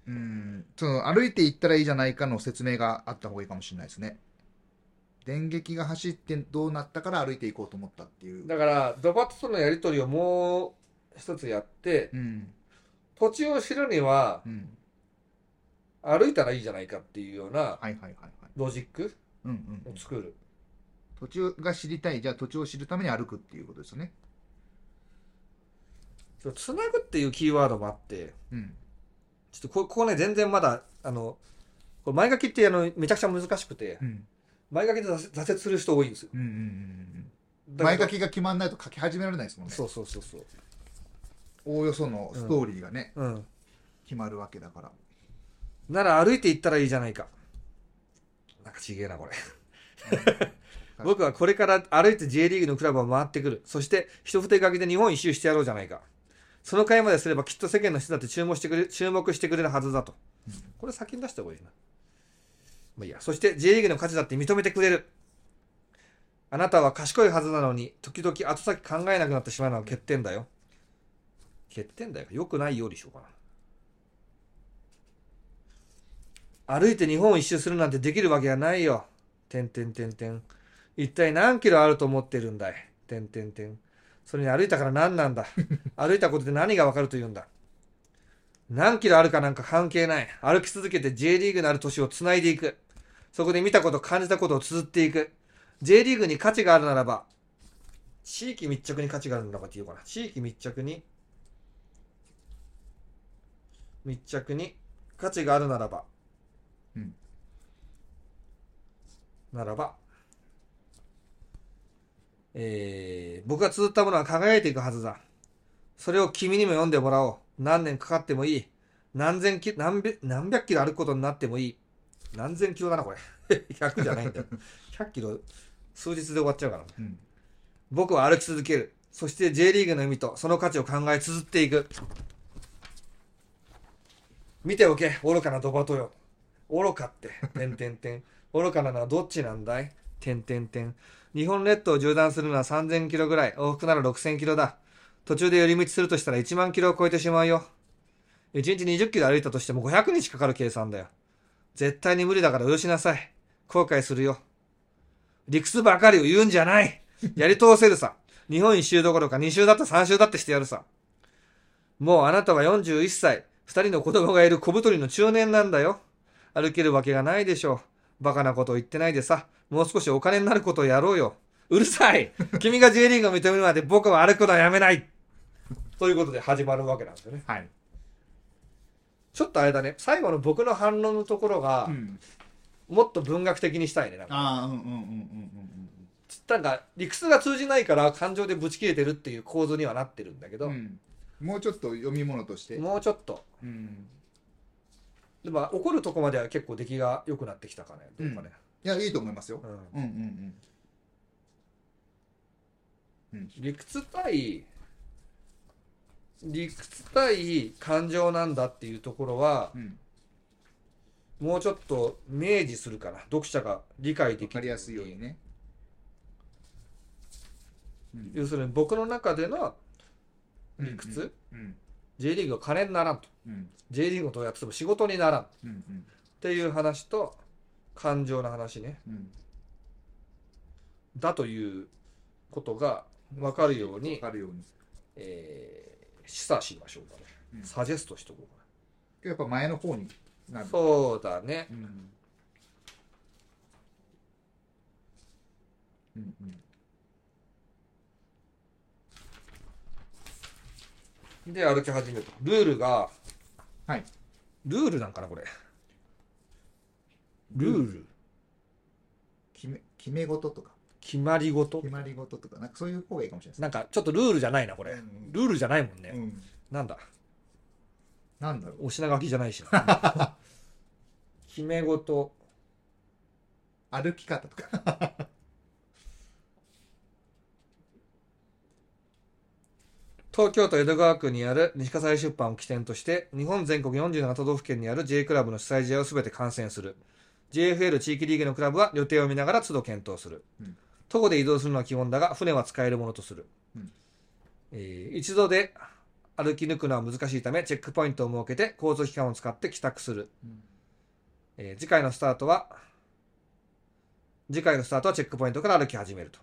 うん。その、歩いて行ったらいいじゃないかの説明があった方がいいかもしれないですね。電撃が走ってどうなったから歩いていこうと思ったっていう。
だからドバッとのやり取りをもう一つやって
うん。
土地を知るには
うん。
歩いたらいいじゃないかっていうような
はいはいはいはい。
ロジック
うんうん
を作る
土地が知りたい、じゃあ土地を知るために歩くっていうことですよね。
そうつなぐっていうキーワードもあって、
うん。
ちょっとこここね、全然まだ、あの、これ前書きってあのめちゃくちゃ難しくて
う、ん。
前書きで挫折挫折する人多いんですよ。
うんうんうんうん。
だけ
前
ど
書きが決まんないと書き始められないですもんね。
そうそうそうそう。
おおよそのストーリーがね、
うん。
決まるわけだから。
なら歩いて行ったらいいじゃないか。なんかちげえな、これ。 僕はこれから歩いて J リーグのクラブを回ってくる。そして、一筆書きで日本一周してやろうじゃないか。その会まですればきっと世間の人だって注目してくれ注目してくれるはずだと。これ先に出した方がいいな。まあいいや。そして J リーグの価値だって認めてくれる。あなたは賢いはずなのに、時々後先考えなくなってしまうのは欠点だよ。欠点だよ。良くないようにしようかな。歩いて日本一周するなんてできるわけがないよ。てんてんてんてん。一体何キロあると思ってるんだい。てんてんてん。それに歩いたから何なんだ。歩いたことで何がわかるというんだ。何キロあるかなんか関係ない。歩き続けて J リーグのある年を繋いでいく。そこで見たこと感じたことを綴っていく。J リーグに価値があるならば、地域密着に価値があるならばっていうかな。地域密着に、密着に価値があるならば、
うん
ならば、えー、僕が綴ったものは輝いていくはずだ。それを君にも読んでもらおう。何年かかってもいい。何千キロ、何百、何百キロ歩くことになってもいい。何千キロだな、これ。100じゃ ないんだよ。100キロ、数日で終わっちゃうからね。
うん。
僕は歩き続ける。そして J リーグの意味とその価値を考え綴っていく。見ておけ、愚かなドバトよ。愚かって、てんてんてん。愚かなのはどっちなんだいてんてんてん。日本列島を縦断するのは3000キロぐらい。往復なら6000キロだ。途中で寄り道するとしたら1万キロを超えてしまうよ。1日20キロ歩いたとしても500日かかる計算だよ。絶対に無理だから許しなさい。後悔するよ。理屈ばかりを言うんじゃないやり通せるさ。日本一周どころか2周だった3周だってしてやるさ。もうあなたは41歳、2人の子供がいる小太りの中年なんだよ。歩けるわけがないでしょう。バカなことを言ってないでさ、もう少しお金になることをやろうよ。うるさい君が J リーグを認めるまで僕は歩くのはやめないということで始まるわけなんですよね。
はい。
ちょっとあれだね、最後の僕の反論のところが
う、ん。
もっと文学的にしたいね。なんか
ああ、うんうんうんうんうん
なんか理屈が通じないから感情でぶち切れてるっていう構図にはなってるんだけ
う
ど、
んうん。もうちょっと読み物として。
もうちょっと
うん。
でも怒るとこまでは結構出来が良くなってきたかねどうかね、
いや、いいと思いますよ。
うん
うんうんうん。
理屈対理屈対感情なんだっていうところは
うん、
もうちょっと明示するかな読者が理解で
分
き
か
る
りやすいようにね。
要するに僕の中での理屈、
うん、
J リーグは金にならんと
うん、
J リーグをどうやっても仕事にならんっ
うん、うん、
ていう話と感情の話ね
うん。
だということが分かるよう
分
に、
かるように。
えー示唆しましょうかね、
うん
サジェストしとこうか
やっぱ前の方にな
な
る。
そうだね
うん。うん、うん。
で歩き始めるルールが
はい
ルールなんかなこれルール
決め、決め事とか、
決まり事
決まり事とか、なんかそういう方がいいかもしれないですね。
なんかちょっとルールじゃないなこれ
うん
ルールじゃないもんね、
うん。
なんだ
なんだろう。
お品書きじゃないしな 決め事
歩き方とか。
東京都江戸川区にある西葛西出版を起点として日本全国47都道府県にある J クラブの主催試合を全て観戦する JFL 地域リーグのクラブは予定を見ながら都度検討する、
うん
徒歩で移動するのは基本だが船は使えるものとする、
うん
えー一度で歩き抜くのは難しいためチェックポイントを設けて交通機関を使って帰宅する、
うん
えー次回のスタートは次回のスタートはチェックポイントから歩き始めると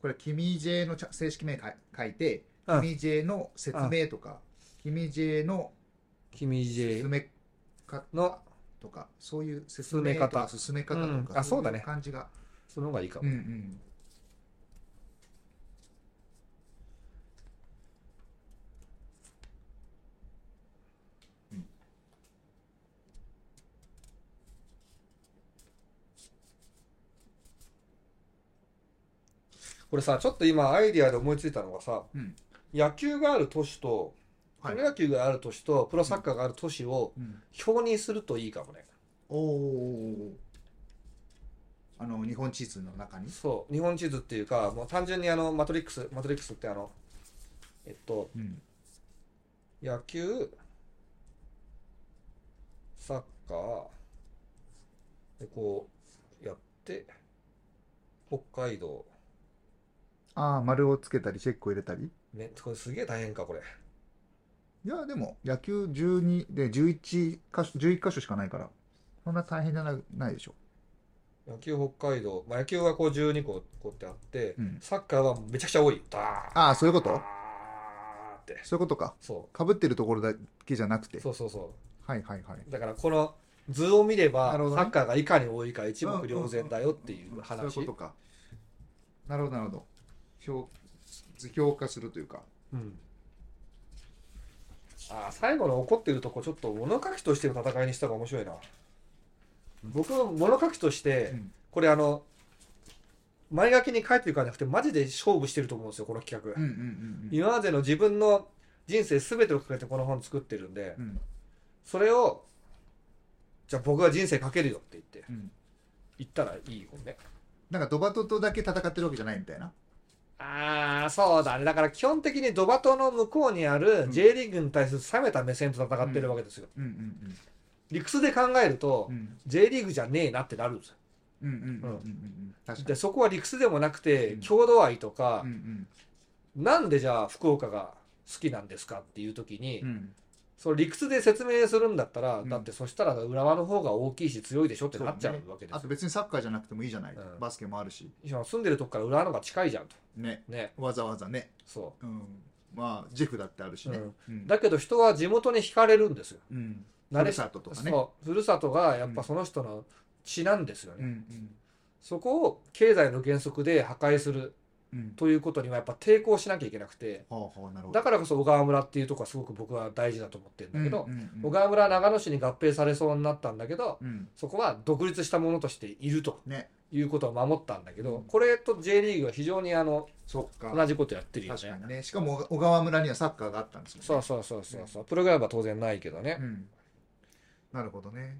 これ、君 J のちゃ正式名か書いて、
うん
君 J の説明とか、君 J の
君 J
進め方
の
とか、そういう説明とか進め方
う
と
ん
か、
あそうだね
い感じが。
その方がいいかも
うんうん。
これさちょっと今アイディアで思いついたのがさ、
うん
野球がある都市とプ
はい
ロ野球がある都市とプロサッカーがある都市を
うん、
表にするといいかもね、
おお。あの、日本地図の中に。
そう日本地図っていうかもう単純にあのマトリックスマトリックスってあのえっと
うん。
野球サッカーでこうやって北海道
ああ、丸をつけたり、チェックを入れたり。
ねこれすげえ大変かこれ
いや、でも、野球12で11箇所、11箇所しかないから、そんな大変じゃなないでしょ。
野球北海道、まあ、野球はこう12個こうってあって、
うん
サッカーはめちゃくちゃ多いダーン
ああ、そういうこと
あって
そういうことか。
そ
かぶってるところだけじゃなくて
う。そうそうそ
はいはいはい。
うだからこの図を見れ
な
ば、
るほどね
サッカーがいかに多いか一目瞭然だよっていう話、
そういうことか。なるほどなるほど。評図評価するというか。
うんあー最後の怒ってるとこちょっと物書きとしての戦いにした方が面白いな僕は物書きとして、
うん
これあの前書きに書いてるからじゃなくてマジで勝負してると思うんですよこの企画、
うんうんうん
今までの自分の人生全てをかけてこの本作ってるんで
うん。うん
それをじゃあ僕は人生かけるよって言って
うん。
言ったらいい本ね
なんかドバトとだけ戦ってるわけじゃないみたいな。
ああそうだねだから基本的にドバトの向こうにある
うん
J リーグに対する冷めた目線と戦ってるわけですよ、
うん
理屈で考えると、
うんうん。うん。
J リーグじゃねえなってなるんですよ
うんうんうんうんうんうん。確か
で
に。
そこは理屈でもなくて、
うん
郷土愛とか
う、ん
なんでじゃあ福岡が好きなんですかっていう時に、
うん。うん。
その理屈で説明するんだったら、
うん
だってそしたら浦和の方が大きいし強いでしょってなっちゃうわけで
あ
す
と
よ、
別にサッカーじゃなくてもいいじゃない。
うん
バスケもあるし。
いや住んでるとこから浦和の方が近いじゃんと
ね。
ね
わざわざね。
そ
うん。まあ、ジェフだってあるしね。
うん
うん
うだけど人は地元に惹かれるんですよ
うん。
慣
ふ
れ
るさととかね。
そうふるさとがやっぱその人の血なんですよね、
うんうん
そこを経済の原則で破壊する
うん。
ということにはやっぱ抵抗しなきゃいけなくて、
ほうほう、なるほど。
だからこそ小川村っていうとこはすごく僕は大事だと思ってるんだけど、
うんうんうん
小川村は長野市に合併されそうになったんだけど、
うん。
そこは独立したものとしていると
ね。
いうことを守ったんだけど、
うん
これと J リーグは非常にあの
そっか。
同じことやってるよ
確か
ね
に。ね。しかも小川村にはサッカーがあったんですよ、ね。
そうそうそうそうそう。プログラムは当然ないけどね。
ん。なるほどね。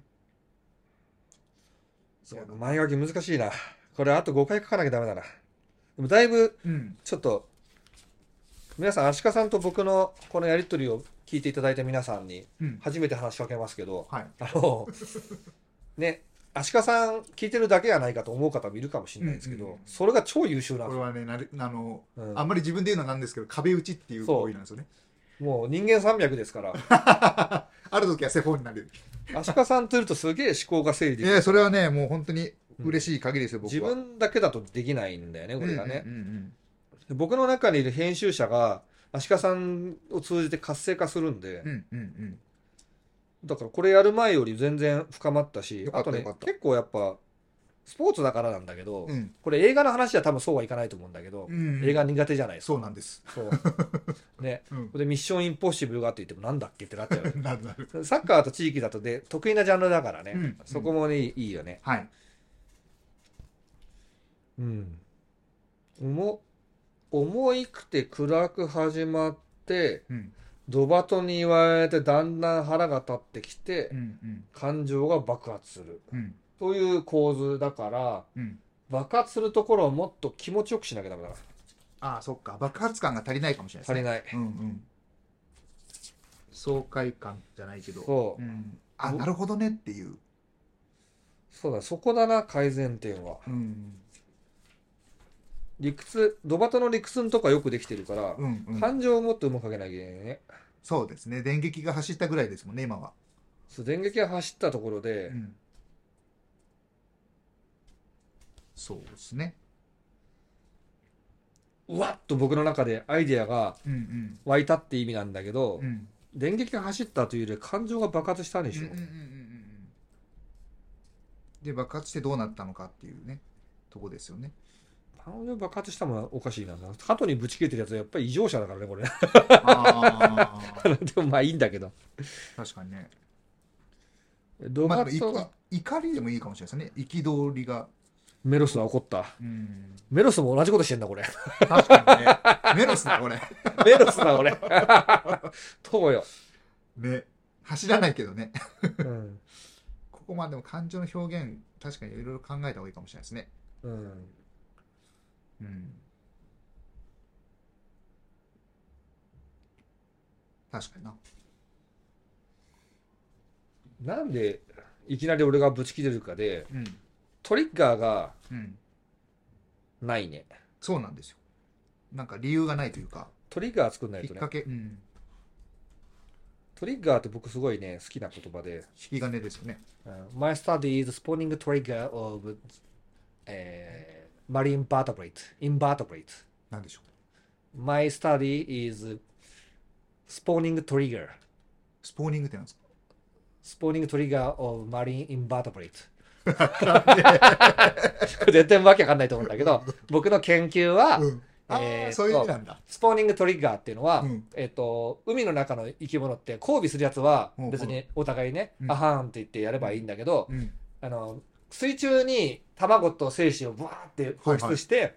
そ
そううだ
前書き難しいな。これあと5回書かなきゃダメだな。でもだいぶ
うん。
ちょっと皆さん、アシカさんと僕のこのやりとりを聞いていただいた皆さんに
うん。
初めて話しかけますけど、
はい。
あ の、ね、アシカさん聞いてるだけやないかと思う方もいるかもしれないですけど、
うんうんうん
それが超優秀な
これ、はね、なるあの、
うん
あんまり自分で言うのはなんですけど、壁打ちっていう行為なんですよね。
もう人間山脈ですから、
ある時はセフォになれる。
アシカさんといるとすげえ思考が整理
い
できる。
や、それはね、もう本当に嬉しい限りですよ、僕
自
は。
分だけだとできないんだよね、これがね。
うんうんうん
で僕の中にいる編集者が、アシカさんを通じて活性化するんで、
うん。うんうんうん。
だからこれやる前より全然深まったし
よ、か
あ
った
とね
よかっ、た
結構やっぱ、スポーツだからなんだけど、
うん
これ映画の話は多分そうはいかないと思うんだけど、
うんうん
映画苦手じゃないですか。
そうなんです。
そう。ね。
うん
こ。れでミッションインポッシブルがあって言ってもなんだっけってなっちゃう
なるなる。
サッカーと地域だとで得意なジャンルだからね、
うん
そこもねいいよね
はい。
うん重重いくて暗く始まって
うん。
ドバトに言われてだんだん腹が立ってきて、
うんうん。
感情が爆発する
うん。
という構図だから
うん。
爆発するところをもっと気持ちよくしなきゃダメだか
ああ、そっか。爆発感が足りないかもしれ
ら
ないです
足
ね
り。ない、
うんうん、爽快感じゃないけど
そう、
ん、あなるほどねっていう、
そうだそこだな改善点は
うん
理屈ドバトの理屈のとこはよくできてるから、
うんうん、
感情をもっとうまくかけなきゃいけないね
そうですね電撃が走ったぐらいですもんね今は、
そう電撃が走ったところで、
うん、そうですね
うわっと僕の中でアイデアが
うん
湧いたって意味なんだけど、
うんうん
電撃が走ったというより感情が爆発したんで
うん
し
うん
ょ、
うんうんうんで爆発してどうなったのかっていうねとこですよね
感情爆発したものはおかしいな加藤にぶち切れてるやつはやっぱり異常者だからねこ れ
あー
でもまあいいんだけど
確かにね、
ド
まあ、
バ
で
ット
も
が
い怒りでもいいかもしれないですね憤りが、
メロスは怒った
うん、
メロスも同じことしてんだこれ
確かにね メロスだこれ
メロスだ これどうよ、
ね走らないけどね
うん
ここまでも感情の表現確かにいろいろ考えた方がいいかもしれないですね
うん、
うん確かにな
なんでいきなり俺がぶち切れるかで
うん
トリッガーが
うん
ないね
そうなんですよなんか理由がないというか
トリッガー作んない
きっ
とね
かけ、うん
トリッガーって僕すごいね好きな言葉で
引き金ですよね
My study is spawning trigger of、えー、marine vertebrate, invertebrate.
なんでしょ
My study is スポーニングトリガー。
スポーニングってなんですか
スポーニングトリガー of marine invertebrate。これ 絶対わけわかんないと思うんだ けど、僕の研究は、
うん。ああ、
えーっと
そういう意味なんだ。
スポーニングトリガーっていうのは、
うん
えっと、海の中の生き物って交尾するやつは
うん
別にお互いね、
うん
アハーンって言ってやればいいんだけど、
うん。
あの水中に卵と精子をブワーって放出して、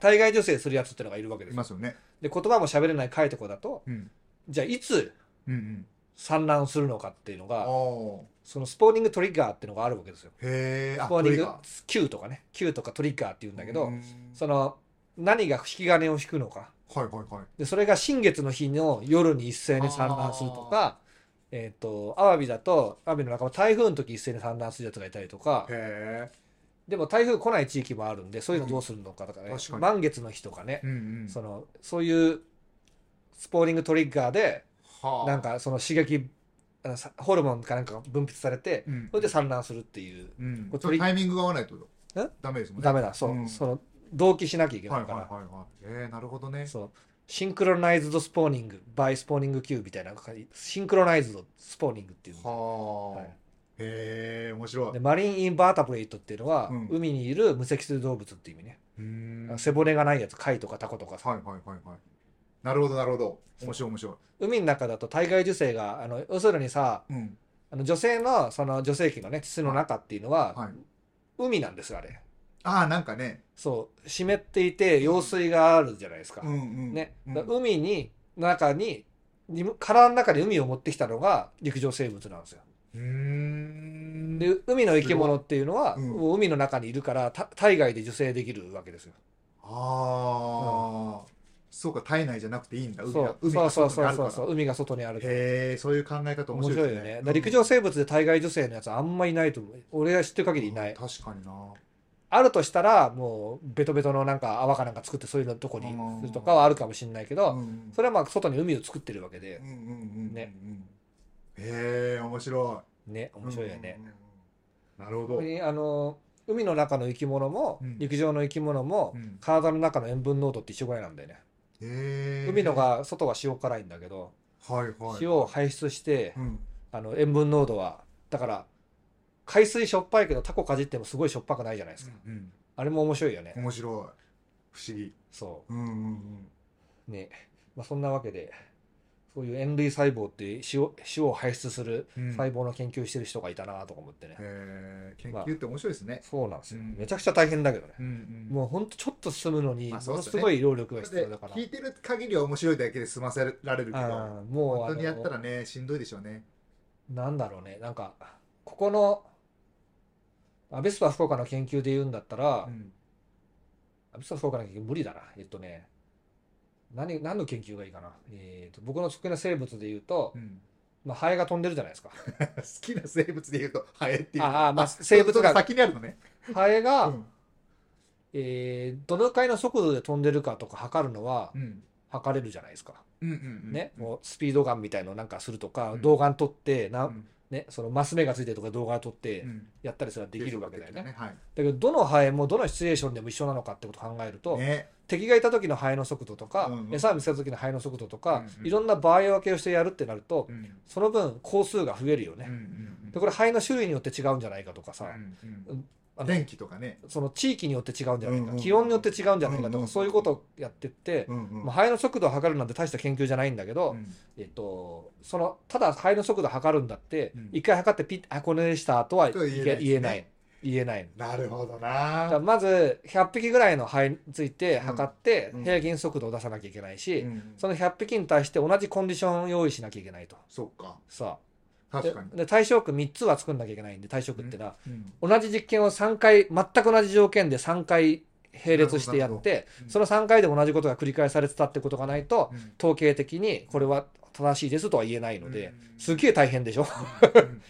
体外受精するやつってのがいるわけで
い
す。
ますよね。
で言葉も喋れない貝とかだと
うん。
じゃあいつ
うんうん。
産卵するのかっていうの
ああ
が
ー。
そのスポーニングトリガーっていうのがあるわけですよ。
へえ。
スポーニング
だ
Q とかね Q とかトリガーっていうんだけど、
はい
その何が引き金を引くのか
はいはい。
でそれが新月の日の夜に一斉に産卵するとかえっ、とアワビだとアワビの仲間台風の時一斉に産卵するやつがいたりとか
へ
でも台風来ない地域もあるんでそういうのどうするのかとかね、
うん確かに
満月の日とかね
え。、うんうん。
そのそういうスポーリングトリガーで
は
なんかその刺激あのさホルモンかなんかが分泌されて
うん
それで産卵するっていう
うん
これ。
それタイミングが合わないと
え
ダメですもんね。
ダメだそう、
うん
その同期しなきゃいけ
は
ないい
はい
から、
はいはい。ええ、なるほどね。
そうシンクロナイズドスポーニングバイスポーニング Q みたいなシンクロナイズドスポーニングっていうの
はあ
はい。
へえ、面白い
で。マリン・インバータブレイトっていうのは、
うん
海にいる無脊椎動物っていう意味ね、
うーん。
背骨がないやつ貝とかタコとかさ
はいはいはいはい。なるほどなるほど。面白い面白い。
海の中だと体外受精があの要するにさ
うん。
あの女性のその女性器のね膣の中っていうのは、
はい。
海なんですよあれ
ああ、なんかね。
そう湿っていて用水があるじゃないですか、
うんうん。
ね、
うん
だから海に中にに体の中に海を持ってきたのが陸上生物なんですよ
うーん。
で海の生き物っていうのは、
すごいうん
もう海の中にいるからた体外で受精できるわけですよ
ああ、そうか、体内じゃなくていいんだ。海
そ
が
う
海
そう
が
そう
外にあるか
そうそう
ら
そう海が外にあるから
へえ、そういう考え方面
面
白
白
い
い
で
よ
す
ね、
ね。
だから陸上生物で対外女性のやつあんまいないと思う俺が知ってる限りいない、
うん確かにな。
あるとしたらもうベトベトのなんか泡かなんか作ってそういうのとこに
うん
するとかはあるかもしれないけど、
うん
それはまあ外に海を作ってるわけで
うんうんうんうん
ね
へえ、面白
ね
い。
面白いよね
う、んうんうん。なるほ
こ
ど
こ。にあの海の中の生き物も、
うん
陸上の生き物も、
うん
体の中の塩分濃度って一緒ぐらいなんだよね、
へえ。
海の。が外は塩辛いんだけど、
はいはい。
塩を排出して、
うん。
あの塩分濃度はだから海水しょっぱいけどタコかじってもすごいしょっぱくないじゃないですか、
うん。
あれも面白いよね、
面白い。不思議。
そ
うんうんうん。
うね、まあ、そんなわけでそういう塩類細胞っていう塩塩を排出する
うん
細胞の研究してる人がいたなとか思ってね、
へえ、研究って面白いですね。
そうなんですよ、
うん
めちゃくちゃ大変だけどね、
うんうん。
もうほんとちょっと進むのに
ま
も
あそう
の
っすよ
す
ね
ごい労力が必
で
要だから、
聞いてる限りは面白いだけで済ませられるけど、
あーもうあ
本当にやった
の
らね、しんどいでしょうね。
なんだろうねなんかここのアビスパ福岡の研究で言うんだったら、
うん
アビスパ福岡の研究無理だな。えっとね、何、何の研究がいいかな。えっと、僕の得意な生物で言うと
う、ん
まあ、ハエが飛んでるじゃないですか。
好きな生物で言うと、ハエっていう。
ああまあ
そう
生物
その
が
先にあるのね。
ハエ
う
が、
ん
えーどのくらいの速度で飛んでるかとか測るのは
う、ん
測れるじゃないですか。
うんうん
ね、
うん
もうスピードガンみたいのなんかするとか、
うん
動画撮って、な、
うん
ね、そのマス目がついてるとか動画撮っ
う
て
ん
やったりするのはできるわけだよね。だ。
はい。
けど、どのハエもどのシチュエーションでも一緒なのかってことを考えると、
ね。
敵がいた時のハエの速度とか
うんう、ん
餌を見せた時のハエの速度と
う
か
ん、うん
いろんな場合分けをしてやるってなると
う、ん
その分、工数が増えるよ
うんう
ね。
ん
で、これ、肺の種類によって違うんじゃないかとかさ、
うん
あの
天気とかね。
その地域によって違うんじゃない
うん
か、
うん
気温によって違うんじゃないか
うん
と
う
か、
ん
そういうことをやってって、
うんうん
まあ、肺の速度を測るなんて大した研究じゃないんだけど、
うん
えっと、その、ただ肺の速度を測るんだって
うん、
一回測ってピッ、あ、これでしたとは
とは
言
言えな
え
い
言えない。言えない。
なるほど
だから
な。
まず、100匹ぐらいの肺について測って
うんう、ん
平均速度を出さなきゃいけないし
う、ん
その100匹に対して同じコンディションを用意しなきゃいけないと。
そっか。
さあ。
確
で
かに。
で、対象区3つは作んなきゃいけないんで、対象区ってのは、
うん
同じ実験を3回、全く同じ条件で3回並列してやって
ほど、うん
その3回で同じことが繰り返されてたってことがないと、
うん
統計的にこれは正しいですとは言えないの
う
で、
ん
すげえ大変でしょ。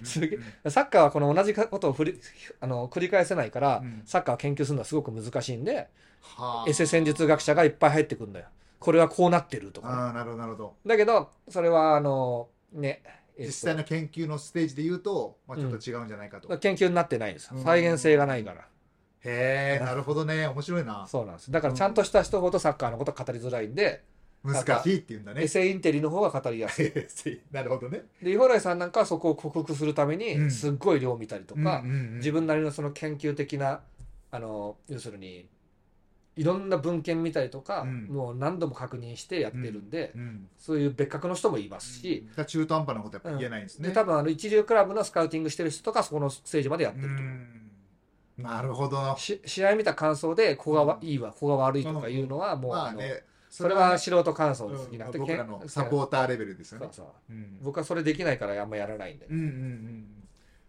すげえサッカーはこの同じことを振り あの繰り返せないから、
うん
サッカーを研究するのはすごく難しいんで、
はあ
エセ戦術学者がいっぱい入ってくるんだよ。これはこうなってるとかね、
ああ、なるほど、なるほど。
だけど、それは、あの、ね、えっと
実際の研究のステージで言うと、まあ、ちょっと違うんじゃないかと。へ
研究になってないです
う。ん
再現性がないから。
え、なるほどね。面白いな。
そうなんです。だから、ちゃんとした人ほどサッカーのことは語りづらいんで、
難しいって言うんだね
エ。セインテリの方が語りやすい
なるほどね。
で蓬莱さんなんかはそこを克服するため
う
に
ん
すっごい量を見たりとか、
うんうんうん
自分なりのその研究的なあの要するにいろんな文献見たりとか、
うん
もう何度も確認してやってるんで、
うん
そういう別格の人もいますし、
だから中途半端なことやっぱ言えないんですね。
で多分あの一流クラブのスカウティングしてる人とかそこのステージまでやってると、
うんなるほど。
し試合見た感想でここがわいいわここが悪いとかいうのはもう、
まあ
あの
ね、
それは素人感想です
うん
になって
僕らのサポーターレベルですよね。
そうそう
うん
僕はそれできないからあんまやらないんで、
うんうんうん。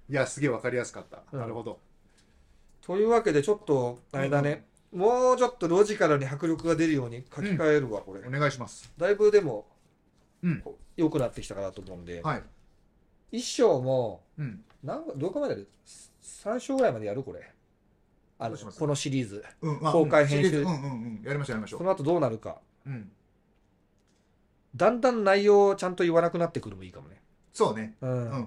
いや、すげえわかりやすかった。
うん
なるほど。
というわけでちょっとあれだね、もうちょっとロジカルに迫力が出るように書き換えるわ、これ
お願いします。
だいぶでも
うん。
良くなってきたかなと思うんで、
はい。
一章も
うん。
何どこまでやる3章ぐらいまでやるこれあ
ど
の
うします
このシリーズ
うんまあ
公開編集
シリーズうんうんうん。やりましょう、やりましょ。
そうの後どうなるか
うん。
だんだん内容をちゃんと言わなくなってくるもいいかもね
そうね。
う
うん
ん、
うんうん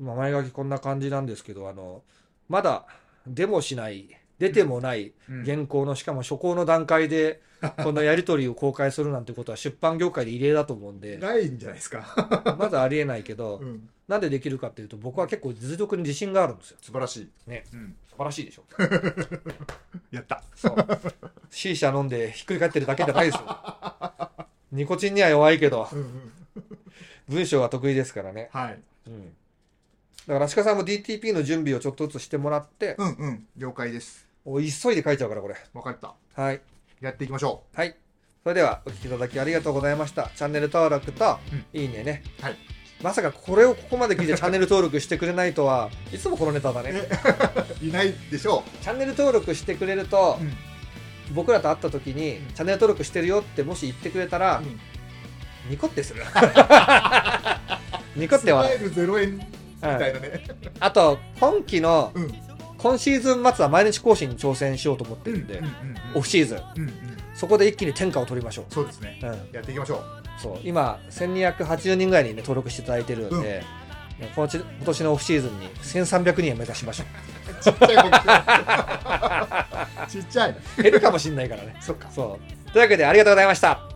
うん
まあ、前書きこんな感じなんですけどあのまだ出もしない出てもない
うん。
原稿のしかも初稿の段階 でこんなやり取りを公開するなんてことは出版業界で異例だと思うん で
ないんじゃないですか。
まだありえないけど
うん。
なんでできるかっていうと僕は結構実力に自信があるんですよ
素晴らしい。
ね。
うん。
素晴らしいでしょ
やった。
そう C 社飲んでひっくり返ってるだけじゃないですよ ニコチンには弱いけど
うんうん。
文章は得意ですからね、
はい。
うん、だから鹿さんも DTP の準備をちょっとずつしてもらって、
うんうん。了解です。
お急いで書いちゃうからこれ
わかった。
はい
やっていきましょ
はいそれではお聞きいただきありがとうございましたチャンネル登録と
うん
いいねね、
はい
まさかこれをここまで聞いてチャンネル登録してくれないとはいつもこのネタだね
う。いないでしょ
チャンネル登録してくれると
う。うん。
僕らと会った時に
うん
チャンネル登録してるよってもし言ってくれたら、
うん
ニコってするニコって
スマ
笑
イル0円み
う、う
た
ん、
いなね。
あと今期の
うん。
今シーズン末は毎日更新に挑戦しようと思ってるんで、
うんうんうん
オフシーズン
うんうん、
そこで一気に天下を取りましょ
そうですね
う、うん、
やっていきましょう
そう今1280人ぐらいに、ね、登録していただいてるんで、このち今年のオフシーズンに1300人を目指しましょ
ちっちゃいことちっちゃいう
減るかもしれないからね
そっか
そうというわけでありがとうございました